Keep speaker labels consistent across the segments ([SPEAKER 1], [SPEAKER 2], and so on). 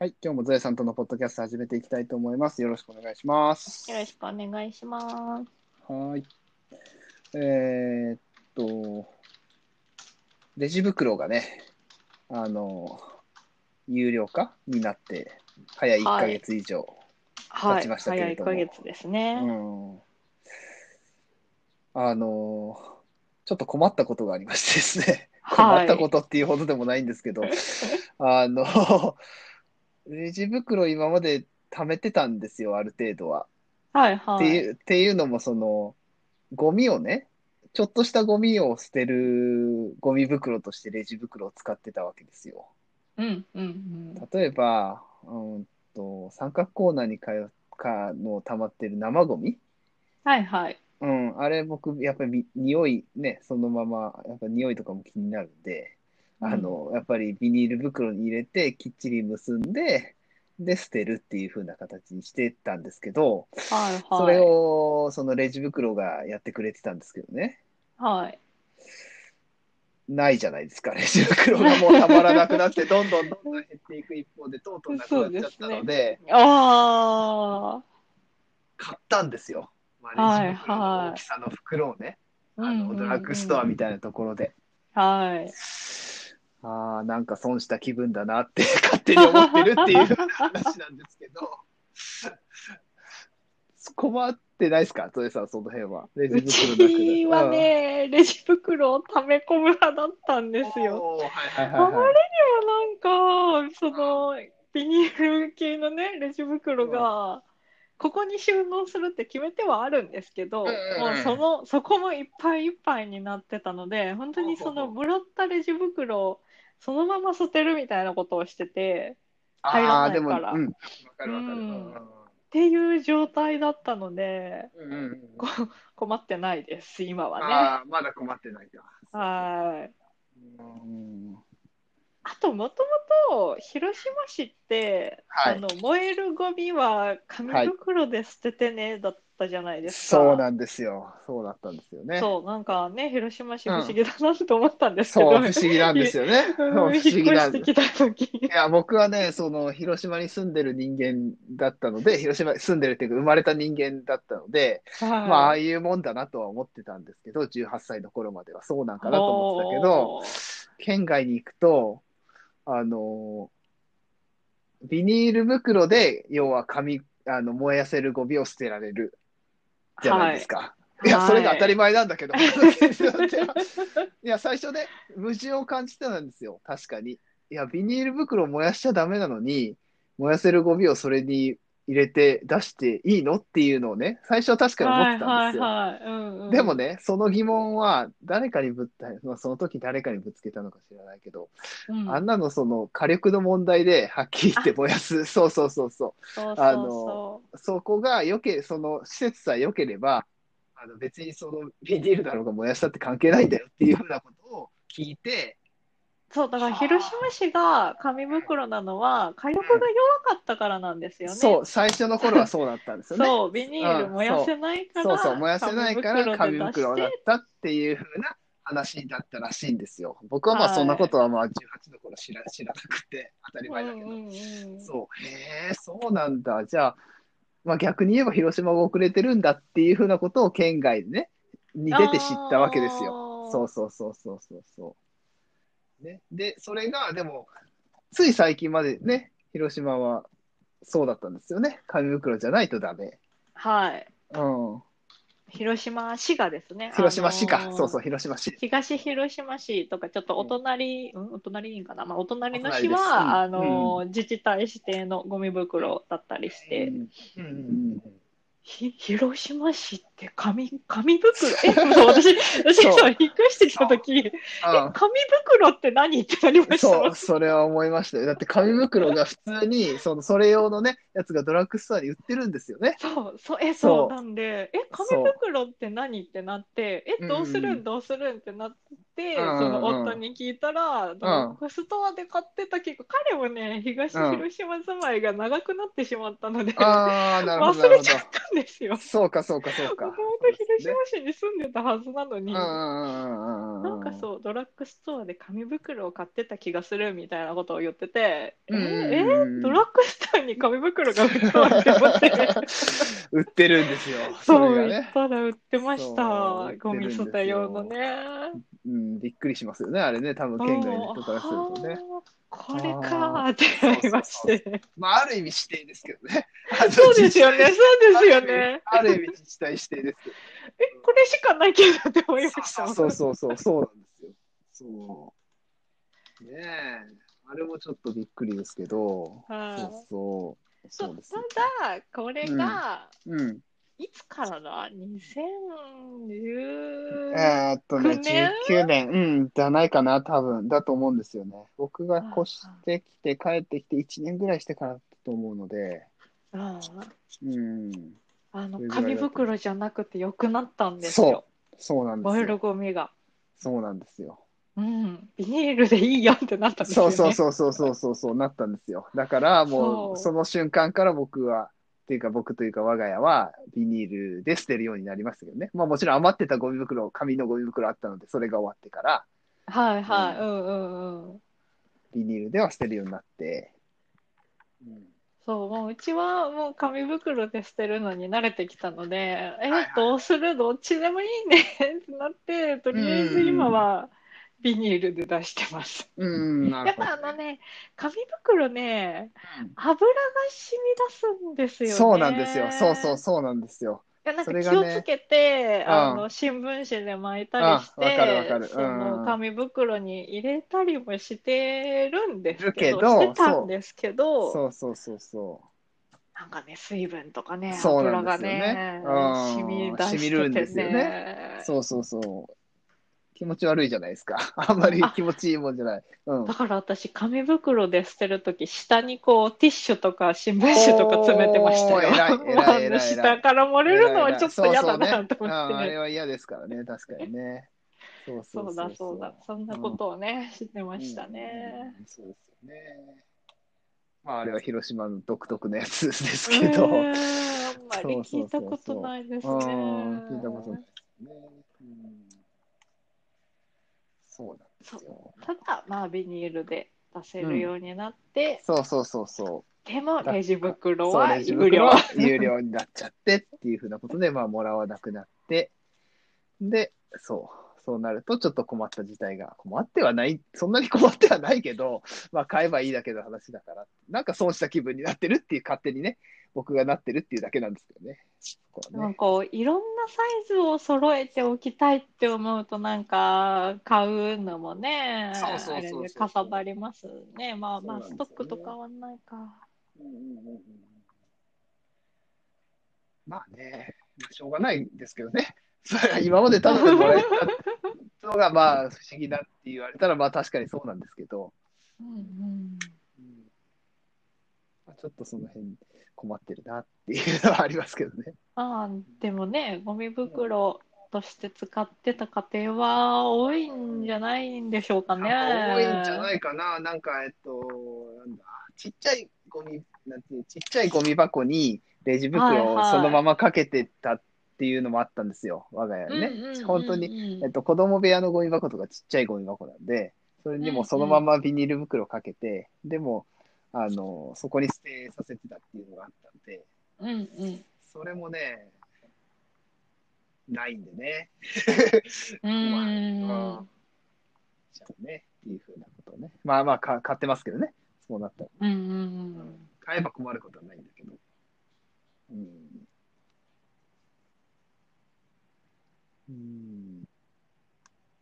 [SPEAKER 1] はい、今日もゾエさんとのポッドキャスト始めていきたいと思います。よろしくお願いします。
[SPEAKER 2] よろしくお願いします。
[SPEAKER 1] はーい。えーっと、レジ袋がね、あの、有料化になって、早い1ヶ月以上。
[SPEAKER 2] は
[SPEAKER 1] 経
[SPEAKER 2] い、
[SPEAKER 1] ちましたけ
[SPEAKER 2] 早
[SPEAKER 1] れ
[SPEAKER 2] い
[SPEAKER 1] ど
[SPEAKER 2] 1
[SPEAKER 1] も
[SPEAKER 2] ヶ月です
[SPEAKER 1] う
[SPEAKER 2] ね。
[SPEAKER 1] ん。あの、ちょっと困ったことがありましてですね。困
[SPEAKER 2] は
[SPEAKER 1] ったこ
[SPEAKER 2] い。
[SPEAKER 1] とっていうほどでもないんですけど、あの、レジ袋今まで貯めてたんですよ、ある程度は。
[SPEAKER 2] はい
[SPEAKER 1] っ
[SPEAKER 2] は
[SPEAKER 1] て
[SPEAKER 2] い。
[SPEAKER 1] いう、っていうのも、その、ゴミをね、ちょっとしたゴミを捨てるゴミ袋としてレジ袋を使ってたわけですよ。
[SPEAKER 2] うんうんうん。
[SPEAKER 1] 例えば、うんと、三角コーナーに通うかの溜まってる生ゴミ
[SPEAKER 2] はいはい。
[SPEAKER 1] うん、あれ僕、やっぱりみ匂いね、そのまま、やっぱ匂いとかも気になるんで、あの、やっぱりビニール袋に入れて、きっちり結んで、で、捨てるっていう風な形にしてたんですけど、
[SPEAKER 2] はいはい。
[SPEAKER 1] それを、そのレジ袋がやってくれてたんですけどね。
[SPEAKER 2] はい。
[SPEAKER 1] ないじゃないですか、レジ袋がもうたまらなく なって、どんどんどんどん減っていく一方で、とうとうなくなっちゃったの
[SPEAKER 2] そうです
[SPEAKER 1] で、
[SPEAKER 2] あ
[SPEAKER 1] 買ったんですよ。まあ、
[SPEAKER 2] はい
[SPEAKER 1] レジ袋の大きさの袋をね、
[SPEAKER 2] あ。
[SPEAKER 1] あの、ドラッグストアみたいなところで。
[SPEAKER 2] はい。
[SPEAKER 1] ああ、なんか損した気分だなって 勝手に思ってる っていう話なんですけど。 困ってないですかゾエさん、その辺は。レ
[SPEAKER 2] う
[SPEAKER 1] ジ袋なくな
[SPEAKER 2] ちはね、レジ袋を溜め込む派だったんです
[SPEAKER 1] うん
[SPEAKER 2] よ。
[SPEAKER 1] おーはいはい
[SPEAKER 2] あま
[SPEAKER 1] はい、はい。
[SPEAKER 2] りにもなんか、その、ビニール系のね、レジ袋が、ここに収納するって決めてはあるんですけど、
[SPEAKER 1] うん
[SPEAKER 2] も
[SPEAKER 1] うんうん
[SPEAKER 2] うその、そこもいっぱいいっぱいになってたので、本当にそ
[SPEAKER 1] ほう
[SPEAKER 2] の
[SPEAKER 1] ほう
[SPEAKER 2] もらったレジ袋をそのまま捨てるみたいなことをしてて、入
[SPEAKER 1] あ
[SPEAKER 2] ら
[SPEAKER 1] あ
[SPEAKER 2] な
[SPEAKER 1] で
[SPEAKER 2] い
[SPEAKER 1] も、
[SPEAKER 2] か
[SPEAKER 1] うん、
[SPEAKER 2] ら
[SPEAKER 1] わかるわかる。
[SPEAKER 2] うんっていう状態だったので、
[SPEAKER 1] うんうんうん
[SPEAKER 2] こ困ってないです、今はね。
[SPEAKER 1] ああ、まだ困ってないか。
[SPEAKER 2] はい。
[SPEAKER 1] うん
[SPEAKER 2] あと、もともと、広島市って、
[SPEAKER 1] はい
[SPEAKER 2] あの、燃えるゴミは紙袋で捨ててね、だったじゃないですか。
[SPEAKER 1] そうなんですよ。そうだったんですよね。
[SPEAKER 2] そう、なんかね、広島市不思議だなと思ったんですけ
[SPEAKER 1] そう
[SPEAKER 2] ど、
[SPEAKER 1] 不思議なん ですよね。そう不思
[SPEAKER 2] 引っ越
[SPEAKER 1] 議なん
[SPEAKER 2] してきた時
[SPEAKER 1] いや、僕はね、その、広島に住んでる人間だったので、広島に住んでるっていうか、生まれた人間だったので、 まあ、ああ
[SPEAKER 2] い、
[SPEAKER 1] いうもんだなとは思ってたんですけど、18歳の頃まではそうなんかなと思ってたけど、
[SPEAKER 2] おー
[SPEAKER 1] 県外に行くと、あの、ビニール袋で、要は紙、あの、燃やせるゴミを捨てられるじゃないですか。い、や、それが当たり前なんだけ ど、 いや、最初ね、矛盾を感じてたんですよ、確かに。いや、ビニール袋を燃やしちゃダメなのに、燃やせるゴミをそれに入れて出していいのっていうのをね、最初は確かに思ってたんですよ。
[SPEAKER 2] はいはいはいうんうん
[SPEAKER 1] でもね、その疑問は誰かにぶった、まあ、その時誰かにぶつけたのか知らないけど、
[SPEAKER 2] うん
[SPEAKER 1] あんなのその火力の問題ではっきり言って燃やす、 そうそうそうそう。
[SPEAKER 2] そうそう
[SPEAKER 1] あ
[SPEAKER 2] そ
[SPEAKER 1] のそこがよけ、その施設さえ良ければ、あの別にそのビニールだろうが燃やしたって関係ないんだよっていうふうなことを聞いて、
[SPEAKER 2] うそうだから広島市が紙袋なのは火力が弱かったからなんですよね。
[SPEAKER 1] そう、最初の頃はそうだったんですよね。
[SPEAKER 2] そうビニール燃やせないから、
[SPEAKER 1] そうそう、燃やせないから紙袋だ
[SPEAKER 2] で
[SPEAKER 1] っ
[SPEAKER 2] 出して
[SPEAKER 1] たっていうふうな話だったらしいんですよ。僕はまあ
[SPEAKER 2] はい
[SPEAKER 1] そんなことはまあ18の頃知ら知らなくて当たり
[SPEAKER 2] うん
[SPEAKER 1] 前だけど。
[SPEAKER 2] うんうん
[SPEAKER 1] そう、へえ、そうなんだ。じゃあ、まあ、逆に言えば広島が遅れてるんだっていうふうなことを県外でね、に出て知ったわけですよ。
[SPEAKER 2] あー
[SPEAKER 1] そうそうそうそうそうそう。ね、で、それが、でも、つい最近までね、広島はそうだったんですよね。紙袋じゃないとダメ。
[SPEAKER 2] はい。
[SPEAKER 1] うん。
[SPEAKER 2] 広島市がですね。
[SPEAKER 1] 広島市か。
[SPEAKER 2] あのー
[SPEAKER 1] そうそう、広島市。
[SPEAKER 2] 東広島市とか、ちょっとお隣、うん、お隣いいんかな、まあ、お隣の市
[SPEAKER 1] お隣ですう
[SPEAKER 2] は、あ
[SPEAKER 1] ん
[SPEAKER 2] のー、自治体指定のゴミ袋だったりして、
[SPEAKER 1] うんうんうんうん
[SPEAKER 2] ひ広島市って紙、紙袋、 え、そう私、私、
[SPEAKER 1] そう
[SPEAKER 2] そう、引っ越してきたとき、え、
[SPEAKER 1] あ
[SPEAKER 2] 紙袋って何ってなりました
[SPEAKER 1] そう、それは思いましたよ。だって紙袋が普通に、その、それ用のね、やつがドラッグストアに売ってるんですよね。
[SPEAKER 2] そう、そう、え、
[SPEAKER 1] そ
[SPEAKER 2] そううなんで、え、
[SPEAKER 1] そう
[SPEAKER 2] 紙袋って何ってなって、え、どうする
[SPEAKER 1] うんうん
[SPEAKER 2] ん、どうするんってなって、
[SPEAKER 1] うんうんうん
[SPEAKER 2] その夫に聞いたら、ドラッグストアで買ってたけど、彼もね、東
[SPEAKER 1] うん
[SPEAKER 2] 広島住まいが長くなってしまったので、
[SPEAKER 1] ああ、なるほど、な
[SPEAKER 2] 忘
[SPEAKER 1] る
[SPEAKER 2] れ
[SPEAKER 1] ほ
[SPEAKER 2] ちゃったんですよ
[SPEAKER 1] ど。。そうか、そうか、そうか
[SPEAKER 2] もと。もと広島市に住んでたはずなのに、な
[SPEAKER 1] なん
[SPEAKER 2] かそうドラッグストアで紙袋を買ってた気がするみたいなことを言ってて、
[SPEAKER 1] うん
[SPEAKER 2] えードラッグストアに紙袋が売ってたって思って
[SPEAKER 1] 売ってるんですよ。
[SPEAKER 2] そう
[SPEAKER 1] れが
[SPEAKER 2] 言っ
[SPEAKER 1] ね。
[SPEAKER 2] たら売ってまし
[SPEAKER 1] そう売
[SPEAKER 2] た
[SPEAKER 1] ってる
[SPEAKER 2] ゴ
[SPEAKER 1] んで
[SPEAKER 2] ミ
[SPEAKER 1] す
[SPEAKER 2] 捨
[SPEAKER 1] よ
[SPEAKER 2] て用のね
[SPEAKER 1] うん、びっくりしますよね、あれね、多分県外の人からするとね。
[SPEAKER 2] あーこれかーってなりまして
[SPEAKER 1] まあ、ある意味指定ですけどね。
[SPEAKER 2] そうですよねそうですよね
[SPEAKER 1] ある意味ある意味自治体指定ですけど。
[SPEAKER 2] えこれしかないけどって思いました
[SPEAKER 1] そうそうそうそう、そうなんですよ。そう。ねえ、あれもちょっとびっくりですけど。
[SPEAKER 2] はい
[SPEAKER 1] そうそう。
[SPEAKER 2] そ
[SPEAKER 1] そううですね。
[SPEAKER 2] ただこれが、
[SPEAKER 1] うん。
[SPEAKER 2] いつからだ2010
[SPEAKER 1] えーっとね、19
[SPEAKER 2] 19
[SPEAKER 1] 年、うん、じゃないかな、多分、だと思うんですよね。僕が越してきて、帰ってきて1年ぐらいしてからだと思うので、
[SPEAKER 2] うん
[SPEAKER 1] うん、
[SPEAKER 2] あの
[SPEAKER 1] それぐらいだと
[SPEAKER 2] 紙袋じゃなくてよくなったんです
[SPEAKER 1] そ
[SPEAKER 2] よ、
[SPEAKER 1] そうなんで
[SPEAKER 2] 燃
[SPEAKER 1] す
[SPEAKER 2] える
[SPEAKER 1] よ。
[SPEAKER 2] ゴミが。
[SPEAKER 1] そうなんですよ。
[SPEAKER 2] うん、ビニールでいいよってなったんですよ
[SPEAKER 1] そう
[SPEAKER 2] ね。
[SPEAKER 1] そうそうそうそうそうそうなったんですよ。だからもう
[SPEAKER 2] そう
[SPEAKER 1] その瞬間から僕はっていうか僕というか我が家はビニールで捨てるようになりましたけどね。まあもちろん余ってたゴミ袋、紙のゴミ袋あったのでそれが終わってから
[SPEAKER 2] はいはい、
[SPEAKER 1] う
[SPEAKER 2] うんうんうん。
[SPEAKER 1] ビニールでは捨てるようになって。うん
[SPEAKER 2] そう、もううちはもう紙袋で捨てるのに慣れてきたので、え
[SPEAKER 1] はい
[SPEAKER 2] どうするどっちでもいいねってなって、とりあえず今はビニールで出してます。
[SPEAKER 1] うん、な
[SPEAKER 2] や
[SPEAKER 1] る
[SPEAKER 2] っ
[SPEAKER 1] ほど
[SPEAKER 2] ぱあのね、紙袋ね、
[SPEAKER 1] うん
[SPEAKER 2] 油が染み出すんですよね。
[SPEAKER 1] そうなんですよ。そうそうそうなんですよ。
[SPEAKER 2] いやなんか
[SPEAKER 1] それ
[SPEAKER 2] 気
[SPEAKER 1] がね
[SPEAKER 2] をつけて、
[SPEAKER 1] うん
[SPEAKER 2] あの新聞紙で巻いたりし
[SPEAKER 1] あわかるわ
[SPEAKER 2] て、
[SPEAKER 1] かるうん
[SPEAKER 2] その紙袋に入れたりもしてるんですけ
[SPEAKER 1] いる
[SPEAKER 2] ど、
[SPEAKER 1] けど
[SPEAKER 2] してたんですけど、
[SPEAKER 1] そうそうそうそ
[SPEAKER 2] なんかね水分とかね
[SPEAKER 1] そうな
[SPEAKER 2] 油
[SPEAKER 1] んで
[SPEAKER 2] が
[SPEAKER 1] すよね
[SPEAKER 2] ね
[SPEAKER 1] うん
[SPEAKER 2] 染み出して
[SPEAKER 1] 染みるんで
[SPEAKER 2] て
[SPEAKER 1] すよ
[SPEAKER 2] ね
[SPEAKER 1] う。そうそうそう。気持ち悪いじゃないですか。 あんまり気持ちいいもんじゃない。うん
[SPEAKER 2] だ。から私紙袋で捨てるとき下にこうティッシュとか新聞紙とか詰めてました
[SPEAKER 1] おー偉い
[SPEAKER 2] よ。
[SPEAKER 1] 偉い
[SPEAKER 2] もうあ
[SPEAKER 1] 偉
[SPEAKER 2] の
[SPEAKER 1] い偉い
[SPEAKER 2] 下から漏れるのはちょっと嫌だなと思
[SPEAKER 1] あ
[SPEAKER 2] って
[SPEAKER 1] あれは嫌ですからね、確かにね。そうそ
[SPEAKER 2] そううだそうだ、そんなことをね、してましたね。
[SPEAKER 1] うんそうですよね。まあ、あれは広島の独特のやつです
[SPEAKER 2] う
[SPEAKER 1] けど、う
[SPEAKER 2] ー
[SPEAKER 1] ん、
[SPEAKER 2] んあんまり聞いたことないですね。
[SPEAKER 1] 聞いたことないですよね。うん、そうなんですよ。
[SPEAKER 2] ただ、まあ、ビニールで出せるようになって、
[SPEAKER 1] そうそうそうそう。
[SPEAKER 2] でもレジ袋
[SPEAKER 1] そう
[SPEAKER 2] は
[SPEAKER 1] レジ
[SPEAKER 2] 有
[SPEAKER 1] 袋
[SPEAKER 2] 料。
[SPEAKER 1] は有料になっちゃってっていうふうなことで、まあ、もらわなくなって、で、そう、そうなると、ちょっと困った事態が、困ってはない、そんなに困ってはないけど、まあ、買えばいいだけの話だから、なんか損した気分になってるっていう、勝手にね、僕がなってるっていうだけなんですけどね。ここは
[SPEAKER 2] なん
[SPEAKER 1] ね
[SPEAKER 2] かこういろんなサイズを揃えておきたいって思うとなんか買うのもね
[SPEAKER 1] そうそうそうそう
[SPEAKER 2] あれでかさばりますねまあまあ
[SPEAKER 1] そうなんですよね
[SPEAKER 2] ストックとかはないか
[SPEAKER 1] うんうんうんうんまあね、まあしょうがないんですけどね。 それは今まで食べてもらえたのが、まあ、不思議だって言われたら、まあ、確かにそうなんですけど。
[SPEAKER 2] うんうん
[SPEAKER 1] うんまあちょっとその辺困ってるなっていうのはありますけどね。
[SPEAKER 2] あーでもねゴミ袋として使ってた家庭は多いんじゃないんでしょうかね。
[SPEAKER 1] 多いんじゃないかな。なんか、えっと、なんだ、ちっちゃいゴミ、なんていうちっちゃいゴミ箱にレジ袋
[SPEAKER 2] はい
[SPEAKER 1] を
[SPEAKER 2] はい
[SPEAKER 1] そのままかけてたっていうのもあったんですよ、我が
[SPEAKER 2] うん
[SPEAKER 1] 家
[SPEAKER 2] うんうんう
[SPEAKER 1] ね。
[SPEAKER 2] ん
[SPEAKER 1] 本当に、えっと、子供部屋のゴミ箱とかちっちゃいゴミ箱なんで、それにもそのままビニール袋かけて、でも、あの、そこに捨てさせてたっていうのがあったんで、
[SPEAKER 2] うんうん
[SPEAKER 1] それもね、ないんでね。
[SPEAKER 2] う
[SPEAKER 1] ま
[SPEAKER 2] ん
[SPEAKER 1] あじゃあね、っていうふうなことをね。まあまあか、買ってますけどね。そうなったら。
[SPEAKER 2] うんうん
[SPEAKER 1] 買えば困ることはないんだけど。うん。うん。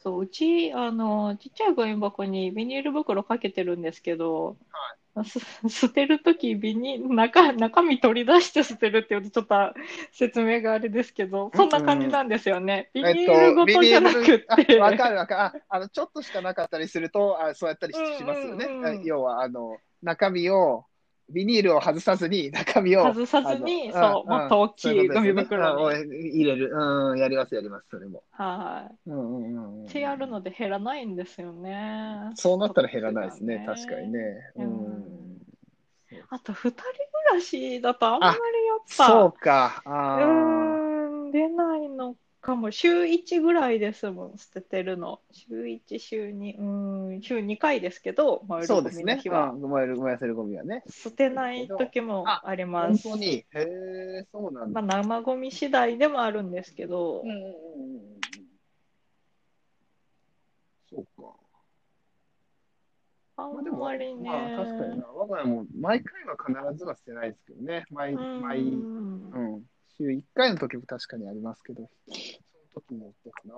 [SPEAKER 2] そううちあのちっちゃいゴミ箱にビニール袋かけてるんですけど、す捨てる時ビニ中中身取り出して捨てるっていうとちょっと説明があれですけどそんな感じなんですよね、
[SPEAKER 1] ビ
[SPEAKER 2] ビニールごとじゃなくって、
[SPEAKER 1] わかるわかる。ああの、ちょっとしかなかったりすると、あそうやったりししますよね。
[SPEAKER 2] うんうんうん
[SPEAKER 1] あ要は、あの、中身を、ビニールを外さずに、中身を
[SPEAKER 2] 外さずに
[SPEAKER 1] あの
[SPEAKER 2] そう、
[SPEAKER 1] ん
[SPEAKER 2] もっと大き
[SPEAKER 1] そうう
[SPEAKER 2] い
[SPEAKER 1] こと
[SPEAKER 2] ゴ
[SPEAKER 1] ですよ
[SPEAKER 2] ミ
[SPEAKER 1] ね
[SPEAKER 2] 袋に、
[SPEAKER 1] あ入れる。うん、やります、やります、それも。
[SPEAKER 2] は
[SPEAKER 1] うんうんうんうん
[SPEAKER 2] い、ってやるので減らないんですよね。
[SPEAKER 1] そうなったら減らないですね、
[SPEAKER 2] そうだ
[SPEAKER 1] 確かにね。う
[SPEAKER 2] うん
[SPEAKER 1] ん。
[SPEAKER 2] あと二人暮らしだとあんまりやっぱ
[SPEAKER 1] そうか。あ
[SPEAKER 2] う
[SPEAKER 1] ー
[SPEAKER 2] ーん出ないのかも週1ぐらいですもん、捨ててるの。週1、週2、うーん、週2回ですけど、燃え
[SPEAKER 1] そ
[SPEAKER 2] る
[SPEAKER 1] う
[SPEAKER 2] ゴ
[SPEAKER 1] です
[SPEAKER 2] ミの
[SPEAKER 1] ね。
[SPEAKER 2] 日
[SPEAKER 1] うん
[SPEAKER 2] は。
[SPEAKER 1] 燃える、燃やせるゴミはね。
[SPEAKER 2] 捨てない時も
[SPEAKER 1] あ
[SPEAKER 2] ありま
[SPEAKER 1] 本
[SPEAKER 2] す。
[SPEAKER 1] 当に。へえ、そうなん
[SPEAKER 2] ま
[SPEAKER 1] だ。
[SPEAKER 2] あ、生ゴミ次第でもあるんですけど、
[SPEAKER 1] うんうんうんうんうん。そうか。
[SPEAKER 2] あ
[SPEAKER 1] まあ
[SPEAKER 2] ん
[SPEAKER 1] でも、ま
[SPEAKER 2] ま
[SPEAKER 1] あ
[SPEAKER 2] りね。
[SPEAKER 1] 確かにな。我が家も毎回は必ずは捨てないですけどね。毎、
[SPEAKER 2] うん
[SPEAKER 1] 毎、うん。週1回の時も確かにありますけど、その時によってかな。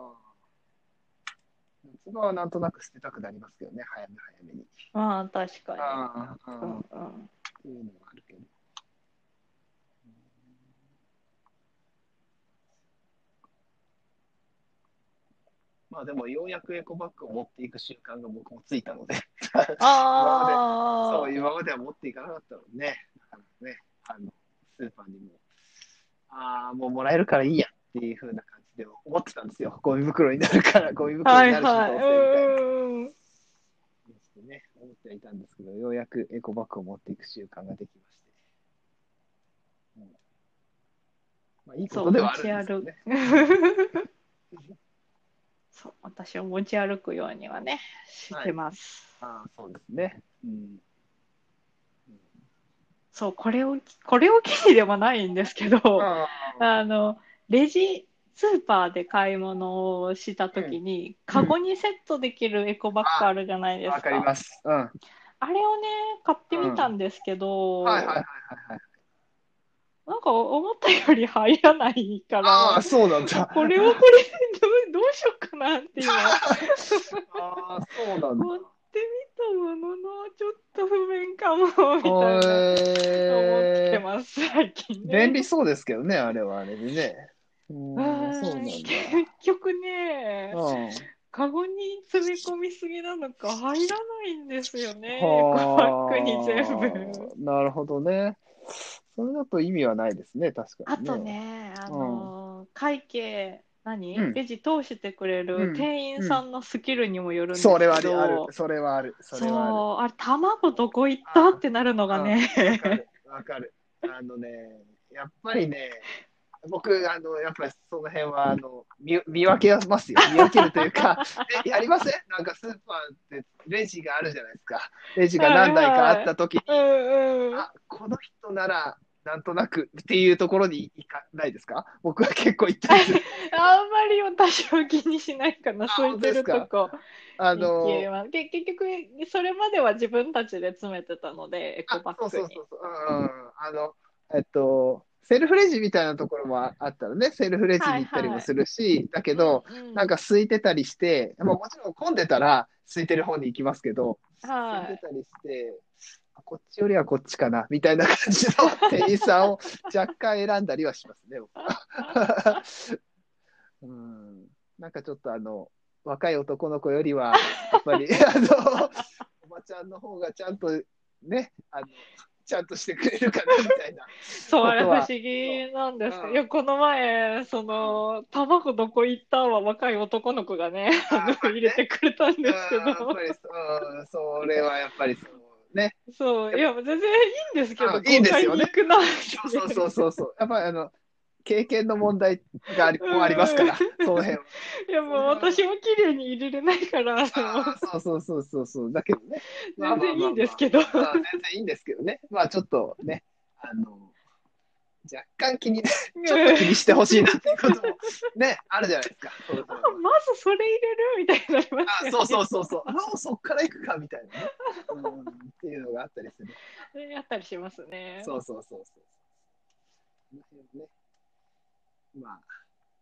[SPEAKER 1] 夏場はなんとなく捨てたくなりますけどね、早め早めに。
[SPEAKER 2] まあ、確かに。
[SPEAKER 1] ああ、
[SPEAKER 2] う
[SPEAKER 1] ああ
[SPEAKER 2] ん
[SPEAKER 1] っ
[SPEAKER 2] うん
[SPEAKER 1] ていうのはあるけど。まあでも、ようやくエコバッグを持っていく習慣が僕もついたので、
[SPEAKER 2] ああ、
[SPEAKER 1] そう、今までは持っていかなかったのでね、だからね、あの、スーパーにも、ああ、もうもらえるからいいやっていう風な感じで思ってたんですよ。ゴミ袋になるから、ゴミ袋
[SPEAKER 2] はい
[SPEAKER 1] になるし、どう
[SPEAKER 2] は
[SPEAKER 1] せ
[SPEAKER 2] い。
[SPEAKER 1] み
[SPEAKER 2] う
[SPEAKER 1] たいな。
[SPEAKER 2] んうん
[SPEAKER 1] ですね、思ってはいたんですけど、ようやくエコバッグを持っていく習慣ができまして。うんまあ、いいこ
[SPEAKER 2] そ
[SPEAKER 1] と
[SPEAKER 2] う、
[SPEAKER 1] では
[SPEAKER 2] 持
[SPEAKER 1] ある
[SPEAKER 2] ち
[SPEAKER 1] んですよ
[SPEAKER 2] 歩く
[SPEAKER 1] ね。。
[SPEAKER 2] そう、私は持ち歩くようにはね、してます。
[SPEAKER 1] ああ、そうですね。うん。
[SPEAKER 2] そう、これを、これを記事ではないんですけど、
[SPEAKER 1] あ
[SPEAKER 2] あの、レジ、スーパーで買い物をしたときに、カゴにセットできるエコバッグあるじゃないで
[SPEAKER 1] あ、
[SPEAKER 2] す
[SPEAKER 1] わかり
[SPEAKER 2] か。
[SPEAKER 1] ます。うん。はい
[SPEAKER 2] あれをね、買ってみたんですけど、
[SPEAKER 1] はいはいはい
[SPEAKER 2] な
[SPEAKER 1] はい。
[SPEAKER 2] んか思ったより入らないか
[SPEAKER 1] あ
[SPEAKER 2] ら
[SPEAKER 1] あ、、そうなんだ。
[SPEAKER 2] これをこれどう、どうしようかなって今、買っ
[SPEAKER 1] ああ、そうなんだ。
[SPEAKER 2] てみたものの、ちょっと不便かも、みたいな。思って
[SPEAKER 1] えー
[SPEAKER 2] ます、最近ね。
[SPEAKER 1] 便利そうですけどね、あれはあれでね。う
[SPEAKER 2] うー
[SPEAKER 1] ー
[SPEAKER 2] ん
[SPEAKER 1] ん、そうなんだ。
[SPEAKER 2] 結局ね、
[SPEAKER 1] うん
[SPEAKER 2] カゴに詰め込みすぎなのか入らないんですよね、エコバ
[SPEAKER 1] は
[SPEAKER 2] ッグに全部。
[SPEAKER 1] あなるほどね。それだと意味はないですね、確か
[SPEAKER 2] あ
[SPEAKER 1] にね。
[SPEAKER 2] とね、あのー会計、何、
[SPEAKER 1] うん
[SPEAKER 2] レジ通してくれる
[SPEAKER 1] うん
[SPEAKER 2] 店員さんのスキルにもよるんですけど、
[SPEAKER 1] それはありある、それはある、それは
[SPEAKER 2] そう、あれ、卵どこ行ったってなるのが
[SPEAKER 1] ある。わか
[SPEAKER 2] ね、
[SPEAKER 1] る、わかる。あのね、やっぱりね、僕、あの、やっぱりその辺は、あの、見見分けますよ。見分けるというか、 え、やりませんなんかスーパーってレジがあるじゃないですか。レジが何台かあった時に、
[SPEAKER 2] うんうん。
[SPEAKER 1] あ、この人なら、なんとなくっていうところに行かないですか僕は結構行ったんですよ。
[SPEAKER 2] あんまり私は気にしないかな、
[SPEAKER 1] あ
[SPEAKER 2] 空いてるとこ。
[SPEAKER 1] あ
[SPEAKER 2] あの
[SPEAKER 1] の、
[SPEAKER 2] 結局、それまでは自分たちで詰めてたので、エコ
[SPEAKER 1] あ
[SPEAKER 2] バ
[SPEAKER 1] そう
[SPEAKER 2] ッ
[SPEAKER 1] そ
[SPEAKER 2] グ
[SPEAKER 1] う
[SPEAKER 2] に
[SPEAKER 1] そ。うそう、うんうん、あの、えっと、セルフレジみたいなところもああったらね、セルフレジに行ったりもするし、だけど、
[SPEAKER 2] うん
[SPEAKER 1] なんか空いてたりして、まあ、もちろん混んでたら空いてる方に行きますけど、空
[SPEAKER 2] は
[SPEAKER 1] い
[SPEAKER 2] い
[SPEAKER 1] て、たりして、あこっちよりはこっちかなみたいな感じの店員さんを若干選んだりはしますね、僕は うん、なんかちょっとあの若い男の子よりは、やっぱりあのおばちゃんの方がちゃんとね、あのちゃんとしてくれるかなみたいな。
[SPEAKER 2] そう、あれ
[SPEAKER 1] こと
[SPEAKER 2] 不
[SPEAKER 1] は
[SPEAKER 2] 思議なんですけ
[SPEAKER 1] う
[SPEAKER 2] ど、
[SPEAKER 1] ん
[SPEAKER 2] いや、この前、その、卵どこ行ったは若い男の子がね、あの入れてくれたん
[SPEAKER 1] うん
[SPEAKER 2] で
[SPEAKER 1] や
[SPEAKER 2] すけ
[SPEAKER 1] っ
[SPEAKER 2] ど、
[SPEAKER 1] ぱりそううんそれはやっぱりそうね。
[SPEAKER 2] そう、いや、全然いいんですけど、
[SPEAKER 1] あいいんですよね
[SPEAKER 2] 豪快に行くなって
[SPEAKER 1] そうそうそうそうそう。やっぱりあの経験の問題がありもありますから、その辺は。
[SPEAKER 2] いや、もう私も綺麗に入れれないから、
[SPEAKER 1] あーそうそうそうそうそう。だけどね。まあまあ
[SPEAKER 2] 全
[SPEAKER 1] ま
[SPEAKER 2] 然い
[SPEAKER 1] あまあ
[SPEAKER 2] いんですけど
[SPEAKER 1] あー全然いいんですけどね。まあちょっとね、あの、若干気に、ちょっと気にしてほしいなっていうこともね、あるじゃないですか。そうそう
[SPEAKER 2] あまずそれ入れるみたいになりま
[SPEAKER 1] あ
[SPEAKER 2] す
[SPEAKER 1] ーそう
[SPEAKER 2] よ
[SPEAKER 1] そうそうそう。あーそっから行くかみたいなね。うん、っていうのがあったりする。
[SPEAKER 2] ね。やったりしますね。
[SPEAKER 1] そうそうそうそう。この辺ねまあ、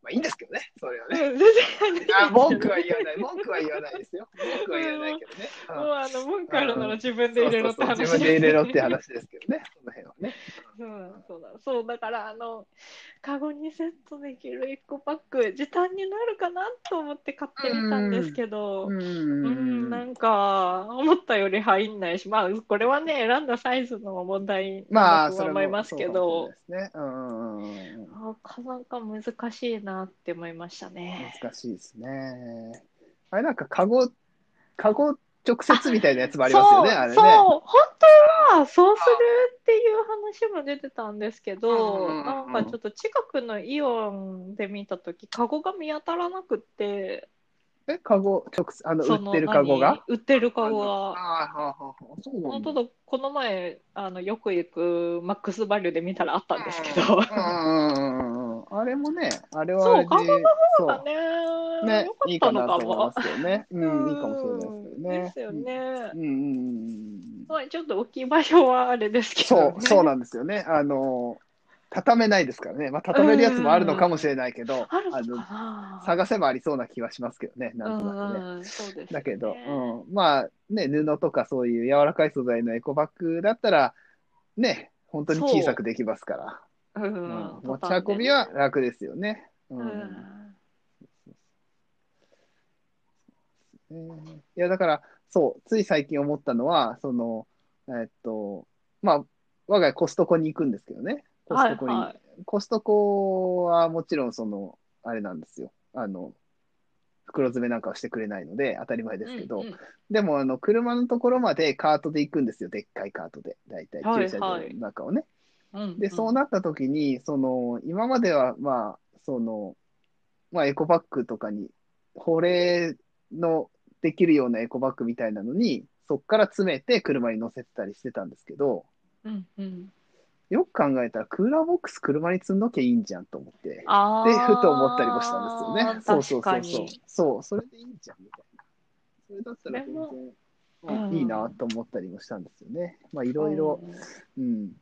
[SPEAKER 1] まあいいんですけどね、それは
[SPEAKER 2] うん
[SPEAKER 1] ね。
[SPEAKER 2] 全然いいんですけど
[SPEAKER 1] あー文句は言わない、文句は言わないですよ。文句は言わないけどね。うん
[SPEAKER 2] もうあの文句あるなら自分で
[SPEAKER 1] そう
[SPEAKER 2] 入れろって
[SPEAKER 1] そうそう
[SPEAKER 2] 話
[SPEAKER 1] 自分で入れろって話ですけどね、その辺はね。
[SPEAKER 2] うんそうだそうだからあのカゴにセットできるエコパック時短になるかなと思って買ってみたんですけどうん
[SPEAKER 1] ん
[SPEAKER 2] なんか思ったより入んないしまあこれはね選んだサイズの問題
[SPEAKER 1] ま
[SPEAKER 2] だ
[SPEAKER 1] あ、
[SPEAKER 2] と
[SPEAKER 1] そ
[SPEAKER 2] は
[SPEAKER 1] れ
[SPEAKER 2] 思いますけ
[SPEAKER 1] そ
[SPEAKER 2] ど
[SPEAKER 1] うかもしれないですね。うんうんうんうん。
[SPEAKER 2] なかなか難しいなって思いましたね。
[SPEAKER 1] 難しいですね。あれなんか、カゴ、カゴ直接みたいなやつもありますよね、
[SPEAKER 2] そう
[SPEAKER 1] あれね。
[SPEAKER 2] そう本当かそうするっていう話も出てたんですけ
[SPEAKER 1] うん
[SPEAKER 2] ど、
[SPEAKER 1] うんうん
[SPEAKER 2] なんかちょっと近くのイオンで見た時カゴが見当たらなくって
[SPEAKER 1] え、カゴ、直接、あの、
[SPEAKER 2] そ
[SPEAKER 1] 売
[SPEAKER 2] の
[SPEAKER 1] ってるカゴが
[SPEAKER 2] 何売ってる
[SPEAKER 1] あ
[SPEAKER 2] カゴ
[SPEAKER 1] の
[SPEAKER 2] が
[SPEAKER 1] あーはあはあはあそうな
[SPEAKER 2] 本
[SPEAKER 1] ん
[SPEAKER 2] 当
[SPEAKER 1] だ。
[SPEAKER 2] だこの前あのよく行くマックスバリューで見たらあったんですけど、
[SPEAKER 1] うんうんうんうんあれもね、あれは
[SPEAKER 2] そう
[SPEAKER 1] あれで
[SPEAKER 2] カゴの
[SPEAKER 1] そ
[SPEAKER 2] なんか
[SPEAKER 1] う
[SPEAKER 2] ね
[SPEAKER 1] ね
[SPEAKER 2] よ、
[SPEAKER 1] いい
[SPEAKER 2] か
[SPEAKER 1] か
[SPEAKER 2] ったの
[SPEAKER 1] な
[SPEAKER 2] か
[SPEAKER 1] と思い
[SPEAKER 2] も
[SPEAKER 1] ますよね。うん、いいかもしれないですよね。
[SPEAKER 2] ですよね、
[SPEAKER 1] うんうんうんうん。
[SPEAKER 2] まあ、ちょっと置き場所はあれですけど、
[SPEAKER 1] そ
[SPEAKER 2] ね、
[SPEAKER 1] う、そうなんですよね。あの、畳めないですからね。まあ、畳めるやつもあるのかもしれないけど、
[SPEAKER 2] あるの
[SPEAKER 1] あ
[SPEAKER 2] か
[SPEAKER 1] の
[SPEAKER 2] な
[SPEAKER 1] 探せばありそうな気はしますけどね、なんとなくね。
[SPEAKER 2] うんうんそうですよね
[SPEAKER 1] だけど、うん、まあね、布とかそういう柔らかい素材のエコバッグだったら、ね、本当に小さくできますから、
[SPEAKER 2] う
[SPEAKER 1] う
[SPEAKER 2] ん
[SPEAKER 1] ん持ち運びは楽ですよね。う
[SPEAKER 2] うんん
[SPEAKER 1] えーいやだからそうつい最近思ったのはそのえっとまあ我が家コストコに行くんですけどねコストコに、
[SPEAKER 2] はいはい
[SPEAKER 1] コストコはもちろんそのあれなんですよあの袋詰めなんかはしてくれないので当たり前ですけど、
[SPEAKER 2] うんうん
[SPEAKER 1] でもあの車のところまでカートで行くんですよでっかいカートで大体
[SPEAKER 2] はいはい
[SPEAKER 1] 駐車場の中をね、
[SPEAKER 2] うんうん
[SPEAKER 1] でそうなった時にその今まではまあそのまあエコバッグとかに保冷のできるようなエコバッグみたいなのにそっから詰めて車に乗せてたりしてたんですけど
[SPEAKER 2] うんうん
[SPEAKER 1] よく考えたらクーラーボックス車に積んどきゃいいんじゃんと思ってで
[SPEAKER 2] あー
[SPEAKER 1] ふと思ったりもしたんですよねそうそう
[SPEAKER 2] 確
[SPEAKER 1] そうそ
[SPEAKER 2] か
[SPEAKER 1] う
[SPEAKER 2] に
[SPEAKER 1] そうそれでいいんじゃんみたいなそれだったら全然
[SPEAKER 2] そ
[SPEAKER 1] まあ
[SPEAKER 2] うん
[SPEAKER 1] いいなと思ったりもしたんですよねまあいろいろ
[SPEAKER 2] うん
[SPEAKER 1] うん、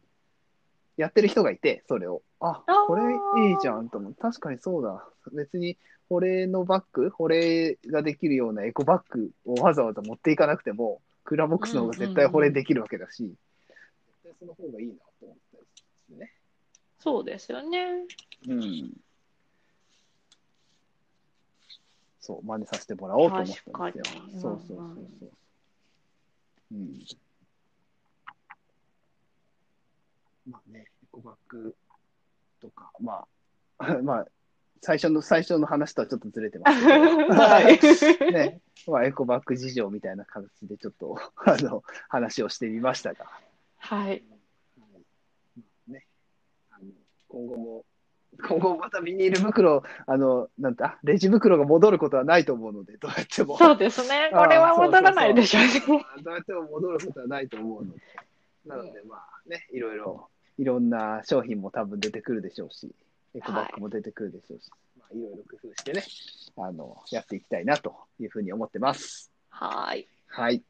[SPEAKER 1] やってる人がいて、それを。あ
[SPEAKER 2] あー
[SPEAKER 1] これいいじゃんと思う。確かにそうだ。別に、保冷のバッグ、保冷ができるようなエコバッグをわざわざ持っていかなくても、クーラーボックスの方が絶対保冷できるわけだし、絶対その方がいいなと思ったりするんで
[SPEAKER 2] そうですよね
[SPEAKER 1] すよね。うん。そう、真似させてもらおうと思ったんです
[SPEAKER 2] 確
[SPEAKER 1] よ
[SPEAKER 2] か。に
[SPEAKER 1] そうそうそうそう。うん。まあね、エコバッグとか、まあ、 まあ、最初の、最初の話と はちょっとずれてますけど、
[SPEAKER 2] は い
[SPEAKER 1] ね、まあ、エコバッグ事情みたいな形でちょっと、あの、話をしてみましたが、
[SPEAKER 2] はい
[SPEAKER 1] ね、あの今後も、 今後もまたビニール袋、あの、なんだ、レジ袋が戻ることはないと思うので、どうやっても。
[SPEAKER 2] そうですねこれは戻らないでしょうね
[SPEAKER 1] どうやっても戻ることはないと思うので、なので、まあね、いろいろ、いろんな商品も多分出てくるでしょうし、エコバッグも出てくるでしょうし、いまあ、いろいろ工夫してねあの、やっていきたいなというふうに思ってます。
[SPEAKER 2] はい
[SPEAKER 1] はい。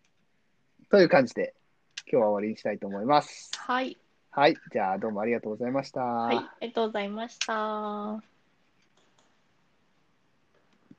[SPEAKER 1] という感じで、今日は終わりにしたいと思います。
[SPEAKER 2] はい
[SPEAKER 1] はい。じゃあ、どうもありがとうございました。
[SPEAKER 2] はいありがとうございました